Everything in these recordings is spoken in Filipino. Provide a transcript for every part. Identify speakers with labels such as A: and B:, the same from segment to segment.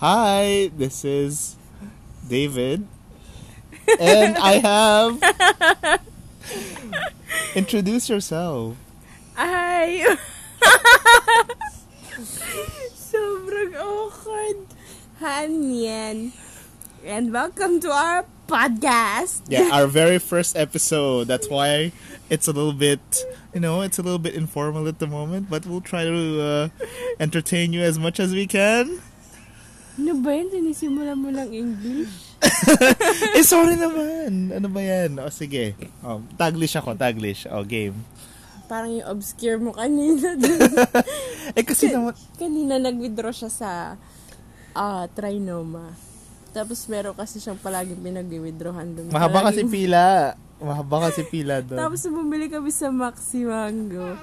A: Hi, this is David. And I have. Introduce yourself.
B: Ay! Sobrang awkward. Hanyan. And welcome to our podcast.
A: Yeah, our very first episode. That's why it's a little bit, you know, it's a little bit informal at the moment, but we'll try to uh, entertain you as much as we can.
B: Ano ba yun? Sinisimula mo lang English?
A: Eh, sorry naman. Ano ba yan? O, sige. O, taglish ako, taglish. O, game.
B: Parang yung obscure mo kanina.
A: Eh, kasi naman...
B: kanina nag-withdraw siya sa ah trinoma. Tapos meron kasi siyang palaging pinag-withdrawhan doon.
A: Mahaba kasi
B: Palaging-
A: pila. Mahaba kasi pila doon.
B: Tapos bumili kami sa Maxi Mango.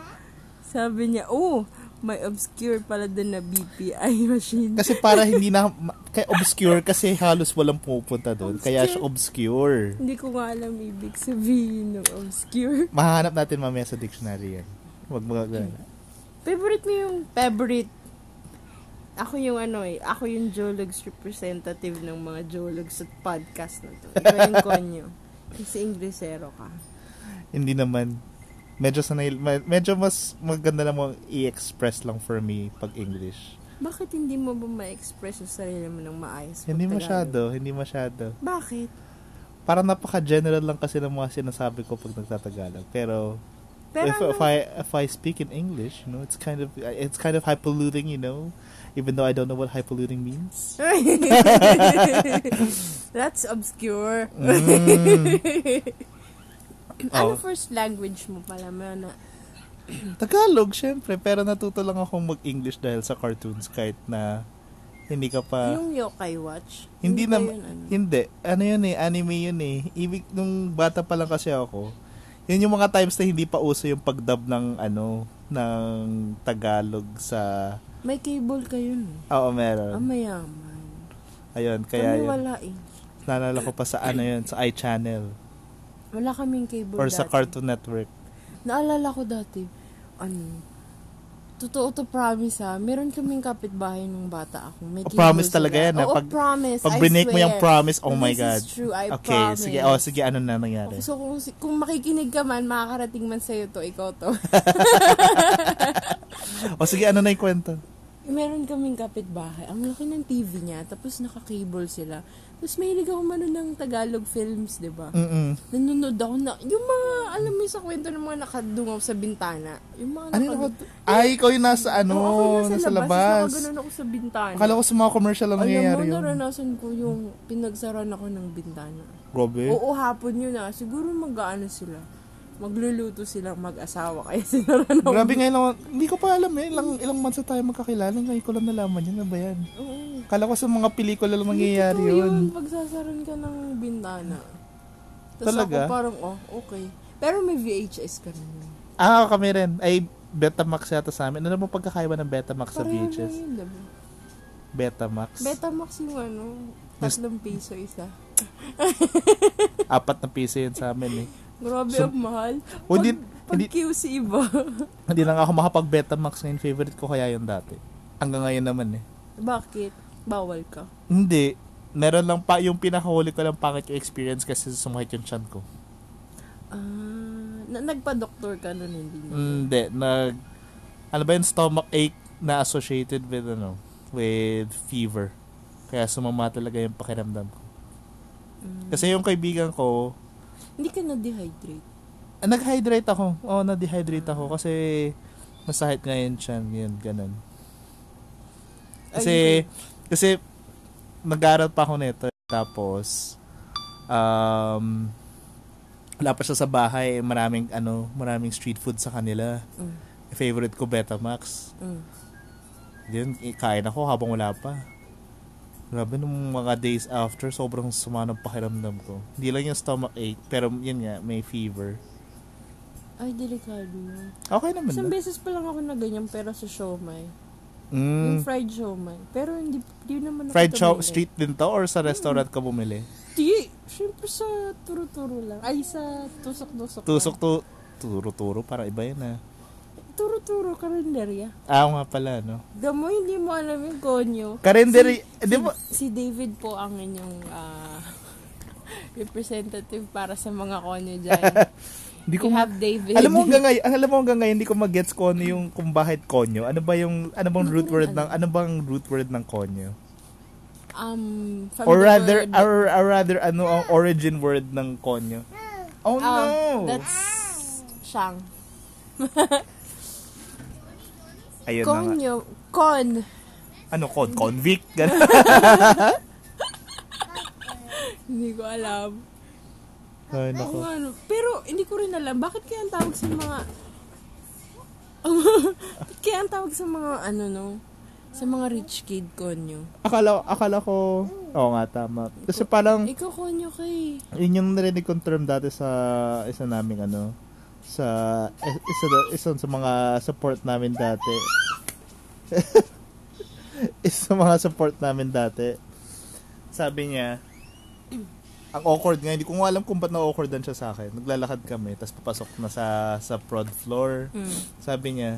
B: Sabi niya, oh, may obscure pala doon na BPI machine.
A: Kasi para hindi na ma- kay obscure kasi halos walang pupunta doon. Kaya siya obscure.
B: Hindi ko nga alam ibig sabihin ng obscure.
A: Mahanap natin mamaya sa dictionary yan. Wag mo gagawin.
B: Favorite mo yung favorite. Ako yung ano eh, ako yung geologs representative ng mga geologs at podcast na to. Iba yung konyo. Kasi Inglesero ka.
A: Hindi naman medyo sanay me- medyo mas maganda na mo i-express lang for me pag English.
B: Bakit hindi mo ba ma-express yung sarili mo ng maayos? pag
A: Hindi
B: Tagalog?
A: masyado, hindi masyado.
B: Bakit?
A: Parang napaka-general lang kasi ng mga sinasabi ko pag nagtatagalog. Pero
B: Pero ano
A: if, if I if I speak in English, you know, it's kind of it's kind of hypolluting, you know, even though I don't know what hypolluting means.
B: That's obscure.
A: Mm.
B: ano
A: Oh.
B: first language mo pala? Meron na.
A: Tagalog, syempre. Pero natuto lang ako mag-English dahil sa cartoons kahit na hindi ka pa...
B: yung yokai watch?
A: Ah. hindi
B: ba
A: na...
B: yun ano?
A: Hindi. Ano yun eh? Anime yun eh. Ibig nung bata pa lang kasi ako. Yun yung mga times na hindi pa uso yung pagdub ng ano ng Tagalog sa
B: May cable kayo no?
A: Oo,
B: Ah,
A: meron.
B: mayaman.
A: Ayun,
B: Kami
A: kaya yun.
B: wala eh.
A: Naalala ko pa sa ano yun, sa iChannel
B: Wala kaming cable
A: or sa
B: dati.
A: Cartoon Network.
B: Naalala ko dati, ano, totoo to promise ha, meron kaming kapitbahay nung bata ako. May
A: Oh,
B: cable
A: promise
B: sila.
A: talaga yan, ha?
B: Oo,
A: Pag-
B: promise.
A: Pag
B: I
A: binake mo
B: swear.
A: yung promise, oh my
B: This
A: God.
B: is true, I
A: okay,
B: promise.
A: sige. Oh, sige, ano na nangyari?
B: Okay, so kung, si- kung makikinig ka man, makakarating man sa'yo to, ikaw to.
A: O sige, ano na yung kwento?
B: Meron kaming kapitbahay. Ang laki ng TV niya, tapos naka-cable sila. Tapos mahilig ako manood ng Tagalog films, di ba?
A: Mm-mm.
B: Nanonood ako na, yung mga, alam mo yung sa kwento ng mga nakadungaw sa bintana. Yung mga
A: Ano yung nakad- Ay, ikaw yung nasa ano, nasa, labas.
B: Tapos nakaganon ako sa bintana.
A: Akala ko sa mga commercial lang
B: alam mo,
A: nangyayari yun.
B: naranasan ko yung pinagsaran ako ng bintana.
A: Grabe.
B: Oo, hapon yun ah. Siguro mag-ano sila. Magluluto silang mag-asawa kaya sinaran ako.
A: Grabe ngayon lang, hindi ko pa alam eh, ilang, ilang months na tayo magkakilala, ngayon ko lang nalaman yun, ano ba yan?
B: Oo.
A: Akala ko sa mga pelikula lang nangyayari
B: Totoo
A: yun.
B: Pagsasaran ka ng bintana. Tapos
A: Talaga?
B: ako parang, oh, okay. Pero may VHS ka rin.
A: Ah, kami rin. Ay, Betamax yata sa amin. Ano mo pagkakaiba ng Betamax sa
B: Pareho lang
A: VHS?
B: yun, diba?
A: Betamax.
B: Betamax yung ano, tatlong piso isa.
A: Apat na piso yun sa amin eh.
B: Grabe
A: So-
B: ang mahal.
A: Oh,
B: Pag,
A: hindi-
B: pag
A: hindi-
B: QC iba.
A: Hindi lang ako makapag-Betamax ngayon. Favorite ko kaya yun dati. Hanggang ngayon naman eh.
B: Bakit? Bawal ka.
A: Hindi. Meron lang pa, yung pinakahuli ko lang pangit yung experience kasi sumakit yung chan ko.
B: Ah, na, nagpa-doktor ka nun, hindi mo.
A: Hindi. Nag, ano ba yung stomach ache na associated with, ano, with fever. Kaya sumama talaga yung pakiramdam ko.
B: Mm.
A: Kasi yung kaibigan ko,
B: Hindi ka na-dehydrate.
A: ah, nag-hydrate ako. Oo, na-dehydrate ako kasi masahit nga yung chan, yun, ganun. Kasi, kasi, nag-aral pa ako nito. Tapos, um, wala pa siya sa bahay. Maraming, ano, maraming street food sa kanila.
B: Mm.
A: Favorite ko, Betamax.
B: Mm.
A: Yun, eh, kain ako habang wala pa. Grabe, nung mga days after, sobrang suma ng pakiramdam ko. Hindi lang yung stomach ache, pero yun nga, may fever.
B: Ay, delikado yun.
A: Okay naman
B: Isang
A: Ano na.
B: beses pa lang ako na ganyan, pero sa siomay.
A: Mm.
B: Yung fried siomay. Pero hindi, hindi naman ako
A: Fried chow
B: tumingin.
A: street din to or sa restaurant ka bumili?
B: Mm. Di, syempre sa turo-turo lang. Ay, sa tusok-tusok.
A: Tusok to, turo-turo, para iba yun ah.
B: Turo tinuturo karinderya.
A: Ah, nga pala, no?
B: Damo, hindi mo alam yung konyo.
A: Karenderi,
B: Si,
A: eh, di ba?
B: si David po ang inyong ah, representative para sa mga konyo dyan.
A: Di ko,
B: We have David.
A: alam mo hanggang ngayon, alam mo hanggang ngayon, hindi ko magets ko ano yung kung bakit konyo. Ano ba yung, ano bang
B: Hindi
A: root
B: ko
A: word
B: alam.
A: ng, ano bang root word ng konyo?
B: Um, from
A: Or
B: the
A: rather,
B: word-
A: or, or rather, ano ang origin word ng konyo? Oh,
B: Oh,
A: no!
B: That's siyang.
A: Ayun na nga.
B: Konyo. Kon.
A: Ano, con? Convict? Ganun.
B: Hindi ko alam.
A: Ay,
B: Oo
A: nako.
B: nga, no. ano. Pero hindi ko rin alam. Bakit kaya ang tawag sa mga... Bakit kaya ang tawag sa mga ano no? Sa mga rich kid konyo.
A: Akala, akala ko, oo nga, tama. Kasi parang,
B: Ikaw konyo kay.
A: yun yung narinig kong term dati sa isa naming ano, sa eh, isa, isa sa mga support namin dati. isa sa mga support namin dati. Sabi niya, ang awkward nga, hindi ko nga alam kung ba't na-awkwardan siya sa akin. Naglalakad kami, tapos papasok na sa sa prod floor.
B: Mm.
A: Sabi niya,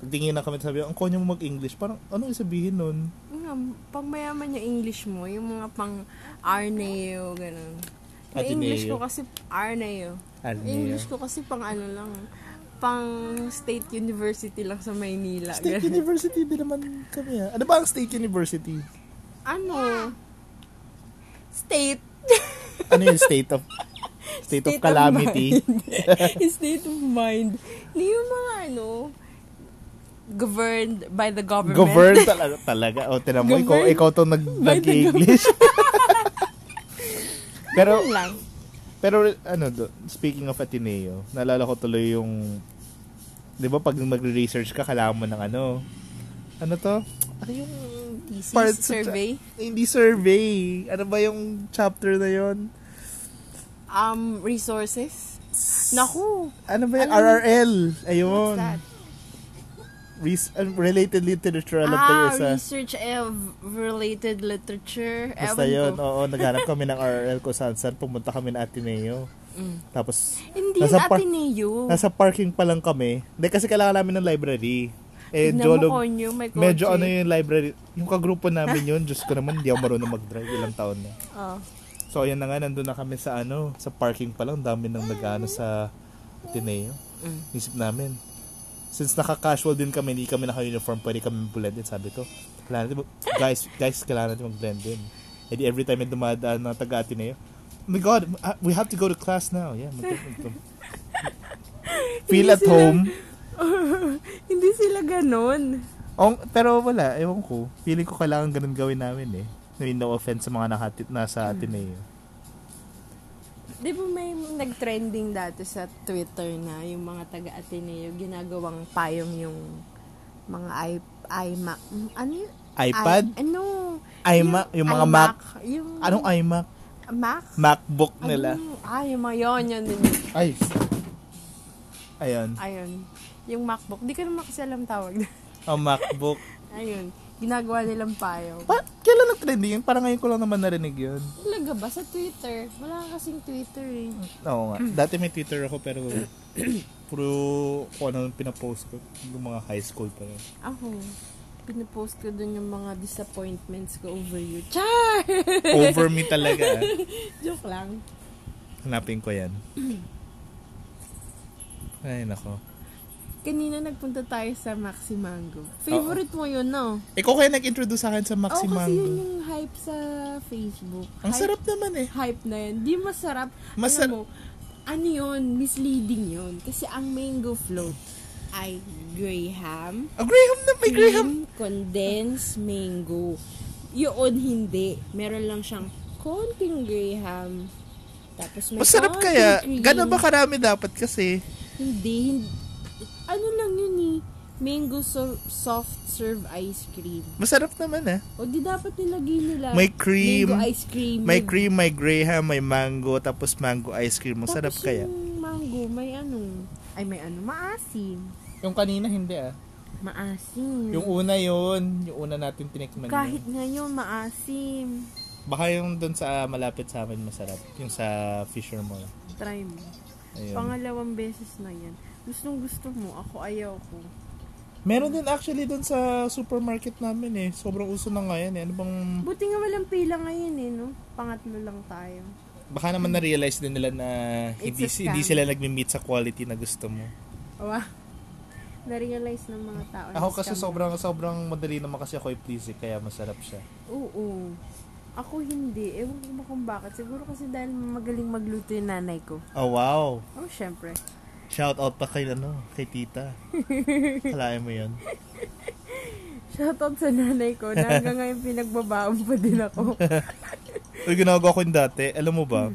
A: pagtingin na kami, sabi niya, ang konyo mo mag-English. Parang, ano yung sabihin nun?
B: Nga, pag mayaman yung English mo, yung mga pang Arneo, ganun. Yung
A: Ateneo.
B: English ko kasi Arneo. Yung English ko kasi pang ano lang, pang State University lang sa Maynila.
A: State
B: ganun.
A: University din naman kami ah. Ano ba ang State University?
B: ano? State.
A: Ano yung state of state, of calamity?
B: mind. state of mind. Hindi yung mga ano, governed by the government.
A: Govern talaga, talaga. O, tinan mo, ikaw,
B: Govern
A: ikaw to nag,
B: by the
A: nag-English. pero,
B: Yun lang.
A: pero ano, do- speaking of Ateneo, naalala ko tuloy yung, di ba pag magre-research ka, kailangan mo ng ano, ano to? Ano yung
B: Thesis,
A: Part sa-
B: survey.
A: hindi survey? Ano ba yung chapter na yon?
B: Um, resources. Naku.
A: Ano ba yung
B: Alam-
A: RRL? Ayun.
B: What's that?
A: Res- uh, related literature, alam ko yun
B: ah,
A: sa...
B: research of related literature.
A: Basta
B: Ewan
A: yun, oh.
B: ko.
A: oo, naghanap kami ng RRL kung saan saan, pumunta kami ng Ateneo.
B: Mm.
A: Tapos,
B: Hindi
A: Nasa
B: yung
A: par-
B: Ateneo.
A: nasa parking pa lang kami. Hindi, kasi kailangan namin ng library. Eh,
B: Tignan
A: Jolo,
B: mo konyo, may kotse.
A: medyo ano yung library. Yung kagrupo namin yun, Diyos ko naman, hindi ako marunong mag-drive, ilang taon na.
B: Oh.
A: So, ayan na nga, nandun na kami sa ano, sa parking pa lang, dami nang nag-ano sa Ateneo.
B: Mm.
A: Isip namin, since naka-casual din kami, hindi kami naka-uniform, pwede kami blend in. Sabi ko, kailangan natin, mag- guys, guys, kailangan natin mag-blend in. Eh di every time may dumadaan na taga Ateneo, oh my God, uh, we have to go to class now. Yeah, mag- mag- Feel at
B: Hindi sila-
A: home.
B: Hindi sila ganun.
A: Ong, pero wala, ewan ko. Feeling ko kailangan ganun gawin namin eh. I mean, no offense sa mga nakatit na
B: Mm.
A: sa Ateneo.
B: Di ba may nag-trending dati sa Twitter na yung mga taga-Ateneo ginagawang payong yung mga i, iMac. Mm, Ano yun?
A: iPad?
B: I, ano?
A: iMac? Yung mga Mac?
B: Yung
A: Anong iMac?
B: Mac?
A: MacBook
B: Ano
A: nila.
B: yung- Ah, yung mga yun, yun, yun.
A: Ay. Ayun.
B: Ayun. Yung MacBook. Di ko naman kasi alam tawag.
A: Ang MacBook.
B: Ayun. Ginagawa nilang payong.
A: Pa, kailan nag-trending yun? Parang ngayon ko lang naman narinig yun.
B: Talaga ba? Sa Twitter? Wala ka kasing Twitter eh.
A: Oo nga. Dati may Twitter ako pero puro kung ano yung pinapost ko. Yung mga high school pa yun.
B: Ako, pinapost ko dun yung mga disappointments ko over you. Char!
A: Over me talaga. ah.
B: Joke lang.
A: Hanapin ko yan. Ay, nako.
B: Kanina nagpunta tayo sa Maxi Mango. Favorite mo yun, no?
A: Ikaw kaya nag-introduce sa akin sa Maxi
B: Oo, kasi
A: Mango.
B: yun yung hype sa Facebook.
A: Ang
B: hype,
A: sarap naman eh.
B: Hype na yun. Di masarap.
A: Masar-
B: Alam mo, ano yun? Misleading yun. Kasi ang mango float ay graham,
A: Ah, Graham na may Graham.
B: cream, condensed mango. Yun, hindi. Meron lang siyang konting graham. Tapos may
A: Masarap
B: konting
A: kaya.
B: cream.
A: Gano'n ba karami dapat kasi?
B: Hindi, hindi. Ano lang yun eh. Mango so- soft serve ice cream.
A: Masarap naman eh.
B: O di dapat nilagay nila.
A: May cream.
B: Mango ice cream.
A: May
B: May-
A: cream, may graham, may mango, tapos mango ice cream.
B: Tapos
A: Masarap kaya.
B: yung mango, may ano. Ay, may ano. Maasim.
A: Yung kanina hindi ah.
B: Maasim.
A: Yung una yun, yung una natin tinikman
B: Mm. Kahit
A: yun.
B: ngayon, maasim.
A: Baka yung dun sa malapit sa amin masarap. Yung sa Fisher Mall.
B: Try mo.
A: Ayun.
B: Pangalawang beses na yan. Gustong gusto mo, ako ayaw ko.
A: Meron din actually dun sa supermarket namin eh. Sobrang uso na nga yan eh. Ano bang...
B: Buti nga walang pila ngayon eh, no? Pangatlo lang tayo.
A: Baka naman na-realize din nila na
B: Mm. It's
A: hindi,
B: a scam.
A: hindi sila nagme-meet sa quality na gusto mo.
B: Wow. Na-realize ng mga tao. na
A: Ako kasi
B: scam.
A: sobrang sobrang madali naman kasi ako i-please eh, kaya masarap siya.
B: Oo. Ako hindi. Ewan ko ba kung bakit. Siguro kasi dahil magaling magluto yung nanay ko.
A: Oh wow!
B: Oh, syempre.
A: Shout out pa kay ano, kay tita. Kalain mo yun.
B: Shoutout sa nanay ko na hanggang ngayon pinagbabaon pa din ako.
A: Uy, ginagawa ko yun dati. Alam mo ba?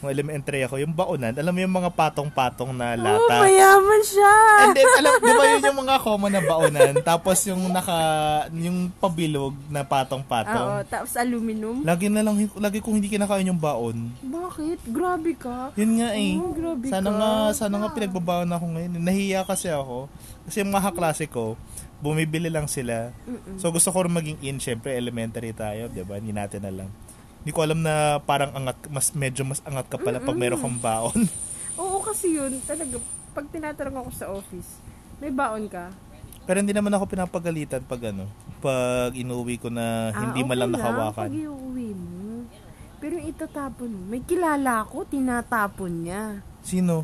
A: Nung elementary ako, yung baonan, alam mo yung mga patong-patong na lata.
B: Oo, mayaman siya!
A: And then, alam, di ba yun yung mga common na baonan? Tapos yung naka, yung pabilog na
B: Ah, Oo,
A: patong-patong.
B: tapos aluminum.
A: Lagi na lang, lagi kong hindi kinakain yung baon.
B: Bakit? Grabe ka.
A: Yun nga eh.
B: Oh, grabe
A: sana
B: ka.
A: nga, sana nga pinagbabaon ako ngayon. Nahiya kasi ako. Kasi yung mga kaklase ko, bumibili lang sila. So gusto ko rin maging in, syempre elementary tayo, di ba? Hindi natin alam. Hindi ko alam na parang angat, mas medyo mas angat ka pala pag meron kang baon.
B: Oo, kasi yun. Talaga, pag tinatanong ako sa office, may baon ka?
A: Pero hindi naman ako pinapagalitan pag ano, pag inuwi ko na hindi
B: ah,
A: man lang
B: okay
A: nakawakan.
B: Pag iuwi mo. Pero yung itatapon mo, may kilala ako, tinatapon niya.
A: Sino?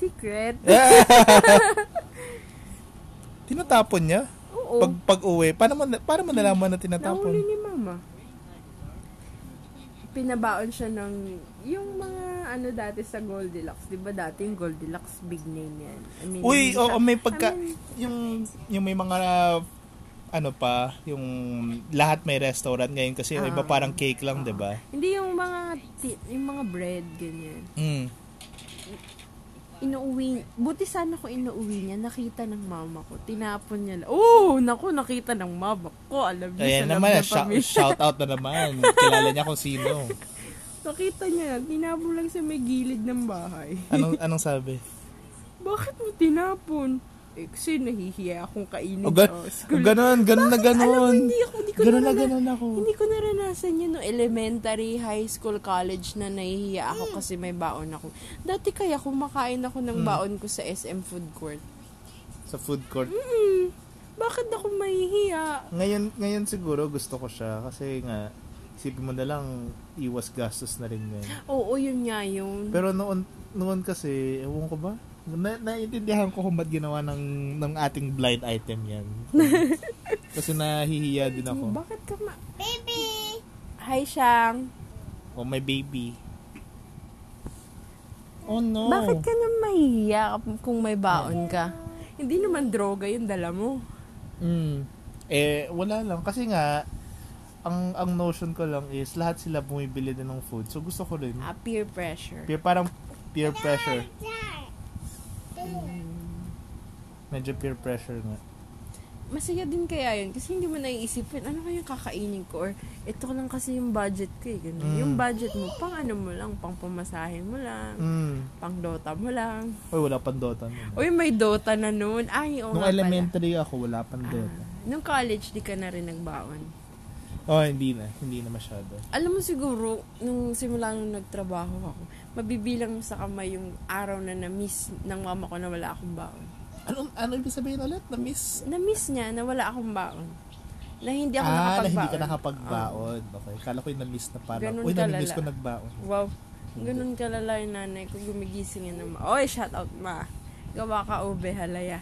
B: Secret?
A: Tinatapon niya?
B: Oo.
A: Pag pag uwi, paano man para man nalaman na
B: Oh. Nahuli
A: tinatapon?
B: ni mama. Pinabaon siya ng, yung mga ano dati sa Goldilocks, di ba dati yung Goldilocks big name yan? I mean,
A: Uy,
B: hindi
A: oo,
B: siya-
A: may pagka
B: I mean,
A: yung yung may mga ano pa, yung lahat may restaurant ngayon kasi yung iba
B: Ah.
A: parang cake lang, 'di ba?
B: hindi yung mga, ti- yung mga bread, ganyan.
A: Mm.
B: Inuwi, buti sana ko inuwi niya, nakita ng mama ko. Tinapon niya lang. Oh, naku, nakita ng mama ko. Alam
A: Ayan
B: niya, sa
A: naman,
B: naman,
A: shout, shout out na naman. Kilala niya kung sino.
B: Nakita niya lang, tinapon lang sa may gilid ng bahay.
A: Anong anong sabi?
B: Bakit mo tinapon? Eh, kasi nahihiya akong kainin
A: Oh, gan-
B: sa school.
A: ganun, ganun na
B: Alam mo,
A: ganun.
B: hindi ako, hindi ko
A: Ganun na
B: narana-
A: ganun ako.
B: Hindi ko naranasan yun no elementary, high school, college na
A: Hmm.
B: nahihiya ako kasi may baon ako. Dati kaya kumakain ako ng baon ko sa SM food court.
A: Sa food court.
B: Hmm, bakit ako mahihiya?
A: Ngayon, ngayon siguro gusto ko siya kasi nga isipin mo na lang iwas gastos na rin ngayon.
B: Oo, yun nga yun.
A: Pero noon noon kasi ewan ko ba? Na, naiintindihan ko kung ba't ginawa ng ng ating blind item 'yan. kasi nahihiya din
B: Oh,
A: ako.
B: bakit ka ma... Baby! Hi, Shang.
A: Oh, my baby. Oh no.
B: Bakit ka na mahihiya kung may baon ka? Hindi naman droga yung dala mo.
A: Mm. Eh wala lang kasi nga ang ang notion ko lang is lahat sila bumibili din ng food. So gusto ko rin.
B: Ah, peer pressure.
A: Peer, parang peer pressure. Medyo peer pressure nga.
B: masaya din kaya yun kasi hindi mo naiisipin ano kaya kakainin ko or ito lang kasi yung budget ko eh. ganun.
A: Mm.
B: Yung budget mo, pang ano mo lang, pang pumasahin mo lang,
A: Mm.
B: pang Dota mo lang.
A: Uy, wala pang Dota. nun.
B: Uy, may Dota na noon. Ay, oo
A: Nung
B: nga pala.
A: elementary ako, wala pang
B: Ah,
A: Dota.
B: nung college, di ka na rin nagbaon.
A: Oh, hindi na. Hindi na masyado.
B: Alam mo siguro, nung simula nung nagtrabaho ako, mabibilang mo sa kamay yung araw na na-miss ng mama ko na wala akong baon.
A: Ano, ano ibig sabihin ulit? Na-miss?
B: Na-miss niya na wala akong baon. Na hindi ako
A: ah, na
B: nakapagbaon.
A: hindi ka nakapagbaon. Okay. Kala ko yung na-miss na parang,
B: Ganun
A: uy, na-miss
B: kalala.
A: ko nagbaon.
B: Wow. Ganun kalala yung nanay ko. Gumigising na ma. Oy, shout out ma. Gawa ka ube halaya.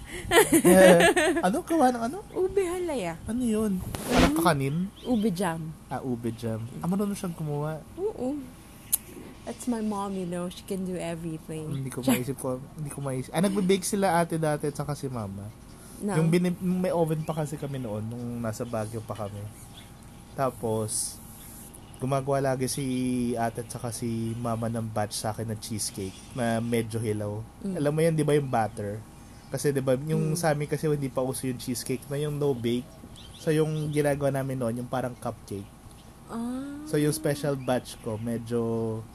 A: ano? Gawa ng ano?
B: ube halaya.
A: Ano yun? Parang kakanin?
B: Ube jam.
A: Ah, ube jam. Ah, marunong siyang kumuha.
B: Oo. That's my mom, you know. She can do everything.
A: Hindi ko maisip ko. Hindi ko maisip. Ah, nagbe-bake sila ate dati at saka si mama.
B: No.
A: Yung binib- may oven pa kasi kami noon nung nasa Baguio pa kami. Tapos gumagawa lagi si ate at saka si mama ng batch sa akin na cheesecake na medyo hilaw. Alam mo yan, di ba yung batter? Kasi di ba, yung sa amin kasi hindi pa uso yung cheesecake na yung no-bake. So yung ginagawa namin noon, yung parang cupcake.
B: ah.
A: So yung special batch ko, medyo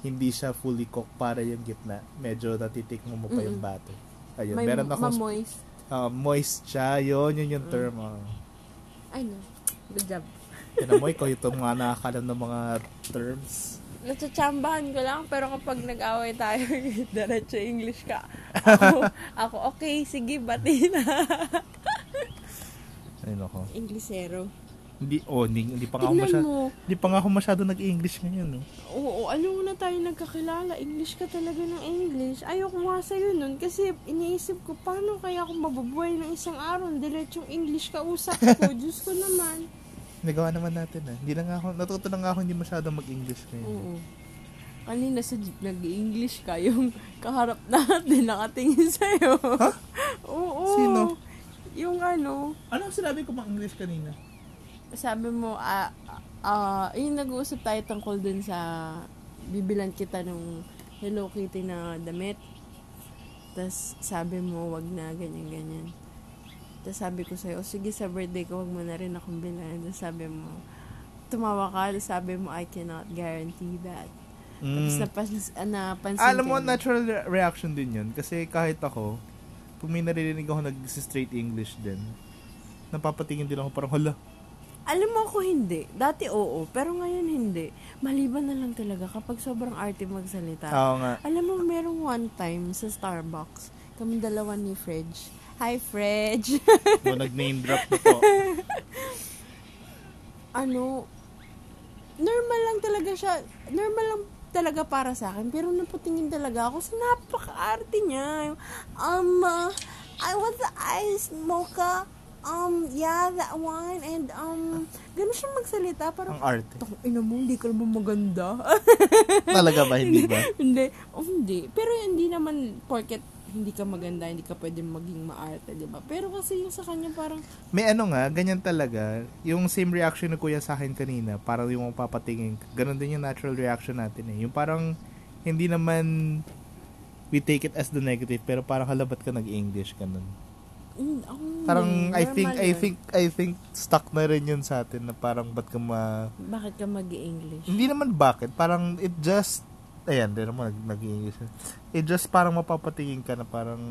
A: hindi siya fully cooked para yung gitna. Medyo natitikmo mo pa yung batter. Ayun,
B: May
A: meron akong
B: mamoist.
A: Ah, moist siya, yun, yun yung term.
B: Mm.
A: ah.
B: Ay, no. Good job.
A: Tinan mo, ikaw yung mga nakakalam ng mga terms.
B: natsatsambahan ko lang, pero kapag nag-away tayo, diretso English ka. Ako, ako okay, sige, bati na.
A: Ay, nako.
B: Englishero.
A: Hindi, oh, hindi, hindi pa nga ako
B: Tingnan
A: masyado,
B: mo.
A: hindi pa nga ako masyado nag-English ngayon. Eh.
B: Oo, ano na tayo nagkakilala? English ka talaga ng English. Ayoko nga sa'yo nun kasi iniisip ko, paano kaya ako mabubuhay ng isang araw? Diretsong English ka usap ko. Diyos ko naman.
A: Nagawa naman natin eh. Hindi na nga ako, natuto na nga ako hindi masyado mag-English ngayon.
B: Oo. Kanina sa jeep, nag-English ka. Yung kaharap natin, nakatingin sa'yo.
A: Ha?
B: Oo.
A: Sino?
B: Yung ano,
A: Anong sinabi ko mag-English kanina?
B: sabi mo, ah, ah, yung nag-uusap tayo tungkol dun sa bibilan kita nung Hello Kitty na damit. Tapos sabi mo, wag na, ganyan-ganyan. Tapos sabi ko sa'yo, o sige sa birthday ko, wag mo na rin akong bilan. Tapos sabi mo, tumawa ka, tapos sabi mo, I cannot guarantee that. Tapos napansin, ah,
A: Mm.
B: napansin
A: Hmm. Alam mo,
B: ka na-
A: natural re- reaction din yun. Kasi kahit ako, kung may naririnig ako nag-straight English din, napapatingin din ako parang, hala,
B: Alam mo ako hindi. Dati oo, pero ngayon hindi. Maliban na lang talaga kapag sobrang arte magsalita.
A: oo nga.
B: Alam mo, merong one time sa Starbucks, kami dalawa ni Fridge. Hi, Fridge!
A: O, nag-name drop na po.
B: ano, normal lang talaga siya. Normal lang talaga para sa akin. Pero napatingin talaga ako sa napaka-arte niya. Um, uh, I want the ice mocha. Um, yeah, that one. And, um, ganun siya magsalita. Parang,
A: Ang arte.
B: Tang ina mo, hindi ka naman maganda.
A: Talaga ba, hindi ba?
B: hindi. Oh, hindi. Pero hindi naman porket hindi ka maganda, hindi ka pwede maging maarte, di ba? Pero kasi yung sa kanya parang,
A: May ano nga, ganyan talaga. Yung same reaction ni kuya sa akin kanina, parang yung papatingin. Ganon din yung natural reaction natin eh. Yung parang, hindi naman we take it as the negative, pero parang halabat ka nag-English, ganun.
B: mm, ako
A: Parang,
B: hindi,
A: I think,
B: normal
A: I
B: yun.
A: think, I think, stuck na rin yun sa atin na parang ba't ka ma...
B: Bakit ka mag-English?
A: Hindi naman bakit, parang it just, ayan, di naman nag english It just parang mapapatingin ka na parang,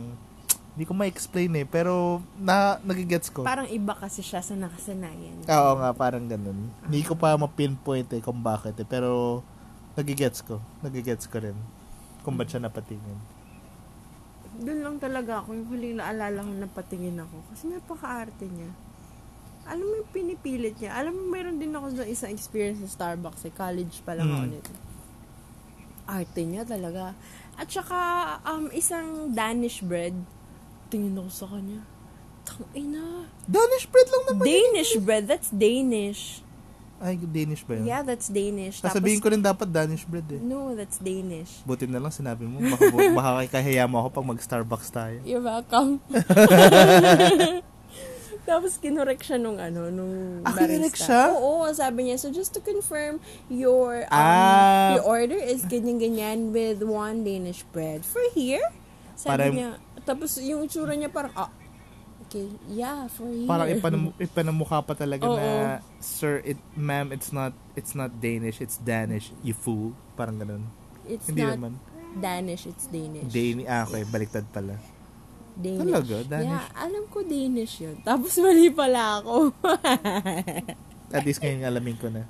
A: hindi ko ma-explain eh, pero na, nagigets ko.
B: Parang iba kasi siya sa nakasanayan.
A: Oo nga, parang ganun. Hindi ko pa ma-pinpoint eh kung bakit eh. Pero, nagigets ko. Nagigets ko rin. Kung ba't
B: Hmm.
A: siya napatingin.
B: Doon lang talaga ako, yung huling naalala ko na patingin ako. Kasi napaka-arte niya. Alam mo yung pinipilit niya. Alam mo, meron din ako sa isang experience sa Starbucks. Eh. College pa lang ako
A: Mm.
B: nito. Arte niya talaga. At saka, um, isang Danish bread. Tingin ako sa kanya. Tang ina.
A: Danish bread lang naman.
B: Danish bread. That's Danish.
A: Ay, Danish ba yun?
B: Yeah, that's Danish.
A: Sasabihin ko rin dapat Danish bread eh.
B: No, that's Danish.
A: Buti na lang sinabi mo. Baka, bu- baka kahaya mo ako pag mag-Starbucks tayo.
B: You're welcome. Tapos kinorek siya nung ano, nung
A: Ah, kinorek siya?
B: Oo, sabi niya, so just to confirm, your um,
A: Ah.
B: your order is ganyan-ganyan with one Danish bread. For here? Sabi
A: Parang-
B: niya, tapos yung itsura niya parang, ah, okay, yeah, for here.
A: Parang ipanam- ipanamukha pa talaga
B: Oo.
A: na, Sir, it, ma'am, it's not, it's not Danish, it's Danish, you fool. Parang ganun.
B: It's
A: Hindi
B: not
A: naman.
B: Danish, it's Danish.
A: Danish, ah, okay, baliktad pala.
B: Danish.
A: Talaga, Danish.
B: Yeah, alam ko Danish yun. Tapos mali pala ako.
A: At least ngayon alamin ko na.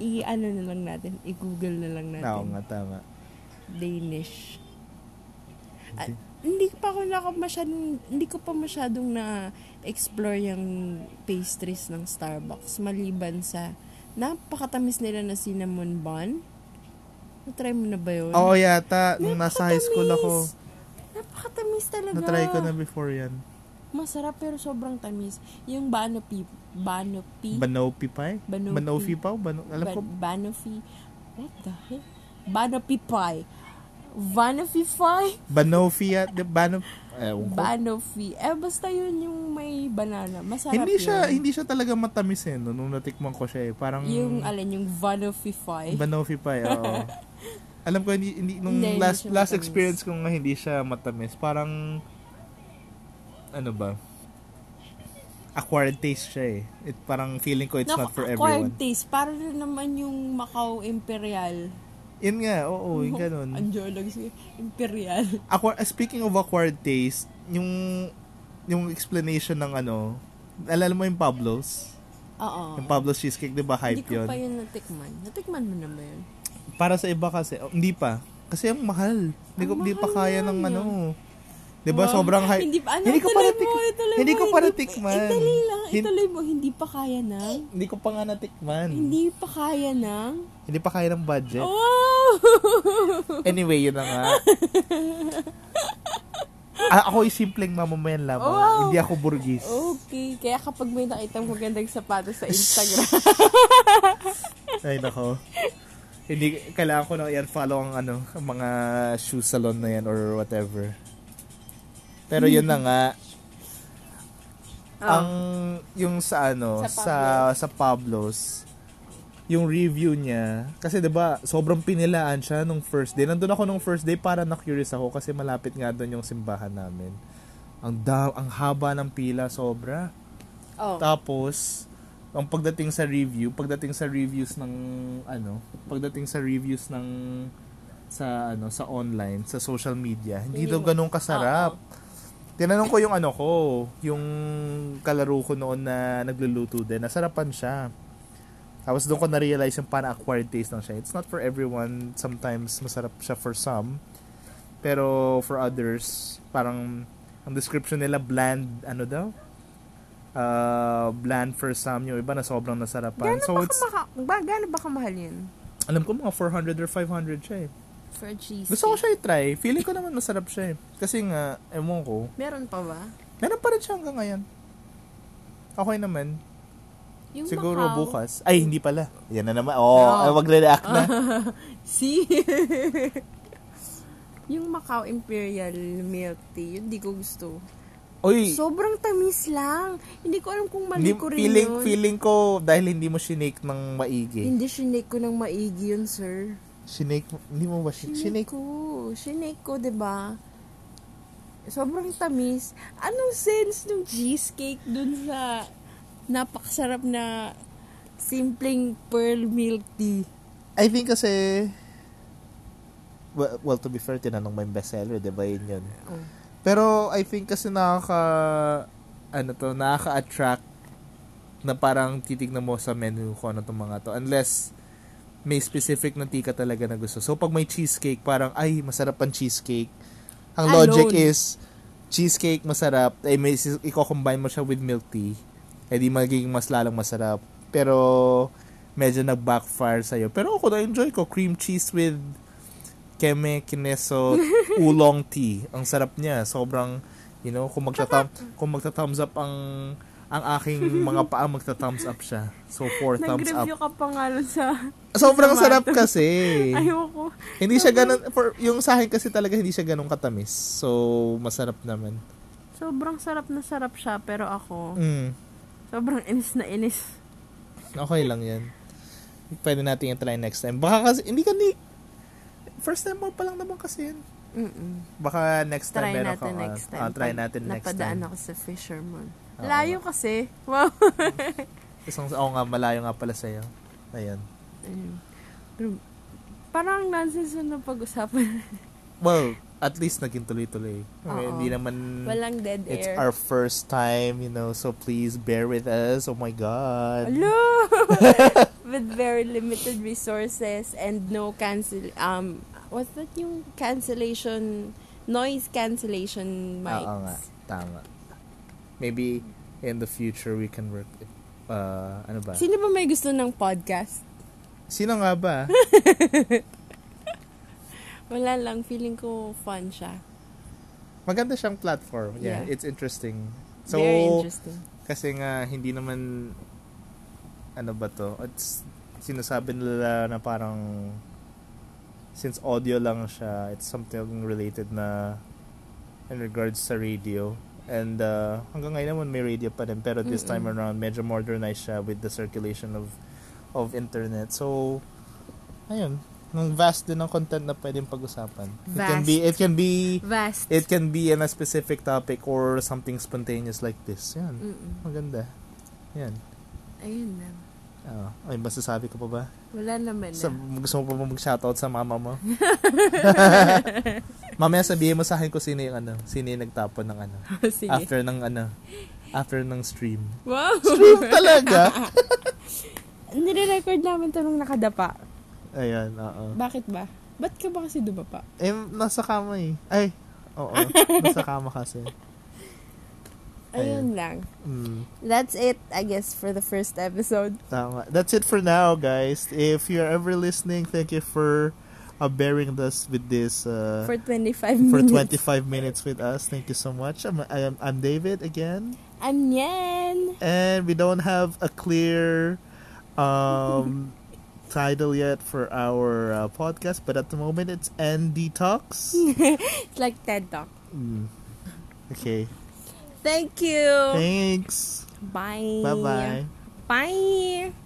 B: I-ano na lang natin, i-google na lang natin.
A: Oo nga, tama.
B: Danish. Ah, hindi pa ako naka masyadong, hindi ko pa masyadong na-explore yung pastries ng Starbucks maliban sa napakatamis nila na cinnamon bun. Na-try mo na ba yun?
A: Oo yata, nung nasa high school ako,
B: Napakatamis talaga.
A: na-try ko na before yan.
B: Masarap pero sobrang tamis. Yung banopi, banopi,
A: Banopi pie?
B: Banopi.
A: Banopi pa? Bano, alam ko,
B: Ban- banofi, what the heck? Banopi pie. Banofi pie?
A: Banofi at, di- Bano, eh, ewan ko.
B: Banoffee. Eh, basta yun yung may banana. Masarap
A: hindi
B: yun.
A: siya, hindi siya talaga matamis eh, no? nung natikman ko siya eh. Parang,
B: Yung, alin, yung Banoffee five.
A: Banofi pie, oo. alam ko, hindi, hindi nung
B: Hindi, hindi
A: last,
B: siya
A: last
B: matamis.
A: experience ko nga, hindi siya matamis. Parang, ano ba? Acquired taste siya eh. It, parang feeling ko it's
B: Naku,
A: not for
B: acquired
A: everyone.
B: taste. Para rin naman yung Macau Imperial.
A: Yun nga, oo, yung ganun.
B: Ang jolag siya. Imperial.
A: Aqua- uh, speaking of acquired taste, yung yung explanation ng ano, alala mo yung Pablo's?
B: Oo.
A: Yung Pablo's cheesecake, 'di ba, hype
B: Hindi ko
A: 'yun?
B: pa yun natikman. Natikman mo na ba yun?
A: para sa iba kasi, oh, hindi pa. Kasi ang mahal. Hindi, ko, hindi pa kaya ng ano. Di ba,
B: Wow.
A: sobrang high.
B: Hindi pa, ano,
A: hindi ko para
B: ituloy mo, ituloy
A: Hindi
B: mo,
A: ko para
B: pa-
A: tikman.
B: Ituloy lang, eh,
A: Hin-
B: ituloy mo, hindi pa kaya ng,
A: Hindi ko pa nga natikman. Hindi,
B: hindi pa kaya ng,
A: pa kaya ng budget.
B: oh!
A: Anyway, yun na nga. A- ako ay simpleng mamamayan lamang.
B: Wow. Oh.
A: Hindi ako burgis.
B: okay, kaya kapag may nakita mo magandang sapatos sa Instagram,
A: Ay, nako. Hindi, kailangan ko na i-follow ang ano, ang mga shoe salon na yan or whatever. Pero yun na nga. Ang,
B: Ah.
A: yung sa ano, sa,
B: Oh.
A: sa,
B: Sa
A: Pablos, yung review niya, kasi 'di ba sobrang pinilaan siya nung first day. Nandun ako nung first day para na-curious ako kasi malapit nga doon yung simbahan namin. Ang da- ang haba ng pila, sobra.
B: oh,
A: Tapos, ang pagdating sa review, pagdating sa reviews ng ano, pagdating sa reviews ng sa ano, sa online, sa social media, hindi daw ganun kasarap. Tinanong ko yung ano ko, yung kalaro ko noon na nagluluto din, nasarapan siya. Tapos doon ko na-realize yung parang acquired taste lang siya. It's not for everyone. Sometimes masarap siya for some. Pero for others, parang ang description nila bland, ano daw? Uh, bland for some. Yung iba na sobrang nasarapan.
C: Gano'n
A: so
C: ba,
A: it's,
C: kamaka- ba, gano'n ba kamahal yun?
A: alam ko mga 400 or 500 siya eh.
B: for cheese.
A: Gusto ko siya i-try. Feeling ko naman masarap siya eh. Kasi nga, ewan ko.
B: Meron pa ba?
A: Meron pa rin siya hanggang ngayon. Okay naman.
B: Yung Ah.
A: Siguro
B: Macau.
A: bukas. Ay, hindi pala. Yan na naman. Oo, oh,
B: No.
A: magre-react na.
B: See? yung Macau Imperial Milk Tea, yun di ko gusto.
A: Uy,
B: Sobrang tamis lang. Hindi ko alam kung Ah. mali
A: Hindi,
B: ko rin
A: feeling,
B: yun.
A: feeling ko dahil hindi mo shinake ng maigi.
B: Hindi, shinake ko ng maigi yun, sir.
A: Shinake, mo- hindi mo ba shin- shinake?
B: Shinake ko. Shinake ko, di ba? Sobrang tamis. Anong sense ng cheesecake dun sa napakasarap na simpleng pearl milk tea?
A: I think kasi, well, well, to be fair, tinanong mo yung bestseller, di ba yun yun?
B: Oh.
A: Pero I think kasi nakaka, ano to, nakaka-attract na parang titignan mo sa menu kung ano tong mga to. Unless, may specific na tika talaga na gusto. So, pag may cheesecake, parang, ay, masarap ang cheesecake. Ang
B: Alone.
A: logic is, cheesecake masarap, eh, may, sis- i-combine mo siya with milk tea, eh di magiging mas lalong masarap. Pero, medyo nag-backfire sa'yo. Pero ako na-enjoy ko, cream cheese with keme, kineso, oolong tea. Ang sarap niya. Sobrang, you know, kung, magta kung magta-thumbs up ang ang aking mga paa, magta-thumbs up siya. So, four thumbs up.
C: Nag-review ka pa nga nun sa...
A: Sobrang
C: Sama.
A: sarap
B: Eh.
A: kasi.
C: Ayoko.
A: Hindi siya ganun, for, yung sa akin kasi talaga hindi siya ganun katamis. So, masarap naman.
C: Sobrang sarap na sarap siya, pero ako,
A: Mm,
C: sobrang inis na inis.
A: okay lang yan. Pwede natin i-try next time. Baka kasi, hindi ka ni... First time mo pa lang naman kasi yun.
B: Mm-mm.
A: Baka next time
B: Try
A: meron
B: natin
A: ka, ah,
B: next time.
A: ah, try
B: Pag
A: natin next
B: Napadaan
A: time. Ah,
B: ako sa fisherman.
A: Oo.
B: Layo kasi. Wow.
A: Isang, oo nga, malayo nga pala sa'yo. Ayan.
B: Ayun. Pero parang nonsense na pag-usapan.
A: Well, at least naging tuloy-tuloy. Okay,
B: Oo.
A: hindi naman...
B: Walang dead
A: It's
B: air.
A: our first time, you know, so please bear with us. Oh my God.
B: Hello! With very limited resources and no cancel um what's that yung cancellation noise cancellation mics.
A: Ah, Oo nga, tama. Maybe in the future we can work it. Uh, ano ba?
B: Sino ba may gusto ng podcast?
A: Sino nga ba?
B: Wala lang feeling ko fun siya.
A: Maganda siyang platform. Yeah,
B: Yeah.
A: it's interesting. So,
B: very interesting.
A: kasi nga hindi naman ano ba to? It's sinasabi nila na parang since audio lang siya, it's something related na in regards sa radio. And uh, hanggang ngayon naman may radio pa rin pero this time
B: Mm-mm.
A: around medyo modernized siya with the circulation of of internet. So ayun, ng vast din ang content na pwedeng pag-usapan. It can
B: Vast.
A: be it can be
B: Vast.
A: it can be in a specific topic or something spontaneous like this. Yan.
B: Mm-mm.
A: Maganda. Yan.
B: Ayun lang.
A: Oo. ay, masasabi ko pa ba?
B: Wala naman
A: Sa,
B: na.
A: gusto mo pa ba mag-shoutout sa mama mo? Mamaya sabihin mo sa akin kung sino yung ano, sino yung nagtapon ng ano.
B: Oh, Sige.
A: After ng ano, after ng stream.
B: Wow!
A: Stream talaga?
B: Nire-record namin to nung nakadapa.
A: Ayan, oo.
B: Bakit ba? Ba't ka ba kasi dumapa?
A: Eh, nasa kama eh. Ay, oo. nasa kama kasi.
B: Ayun lang.
A: Mm.
B: That's it, I guess, for the first episode.
A: Tama. That's it for now, guys. If you're ever listening, thank you for uh, bearing us with this uh,
B: Ah. For 25
A: for
B: minutes.
A: 25 minutes with us. Thank you so much. I'm, I'm, I'm David again.
B: I'm Nyen.
A: And we don't have a clear um, title yet for our uh, podcast, but at the moment it's ND Talks.
B: It's like TED Talk.
A: Mm. Okay.
B: Thank you.
A: Thanks.
B: Bye.
A: Bye bye.
B: Bye.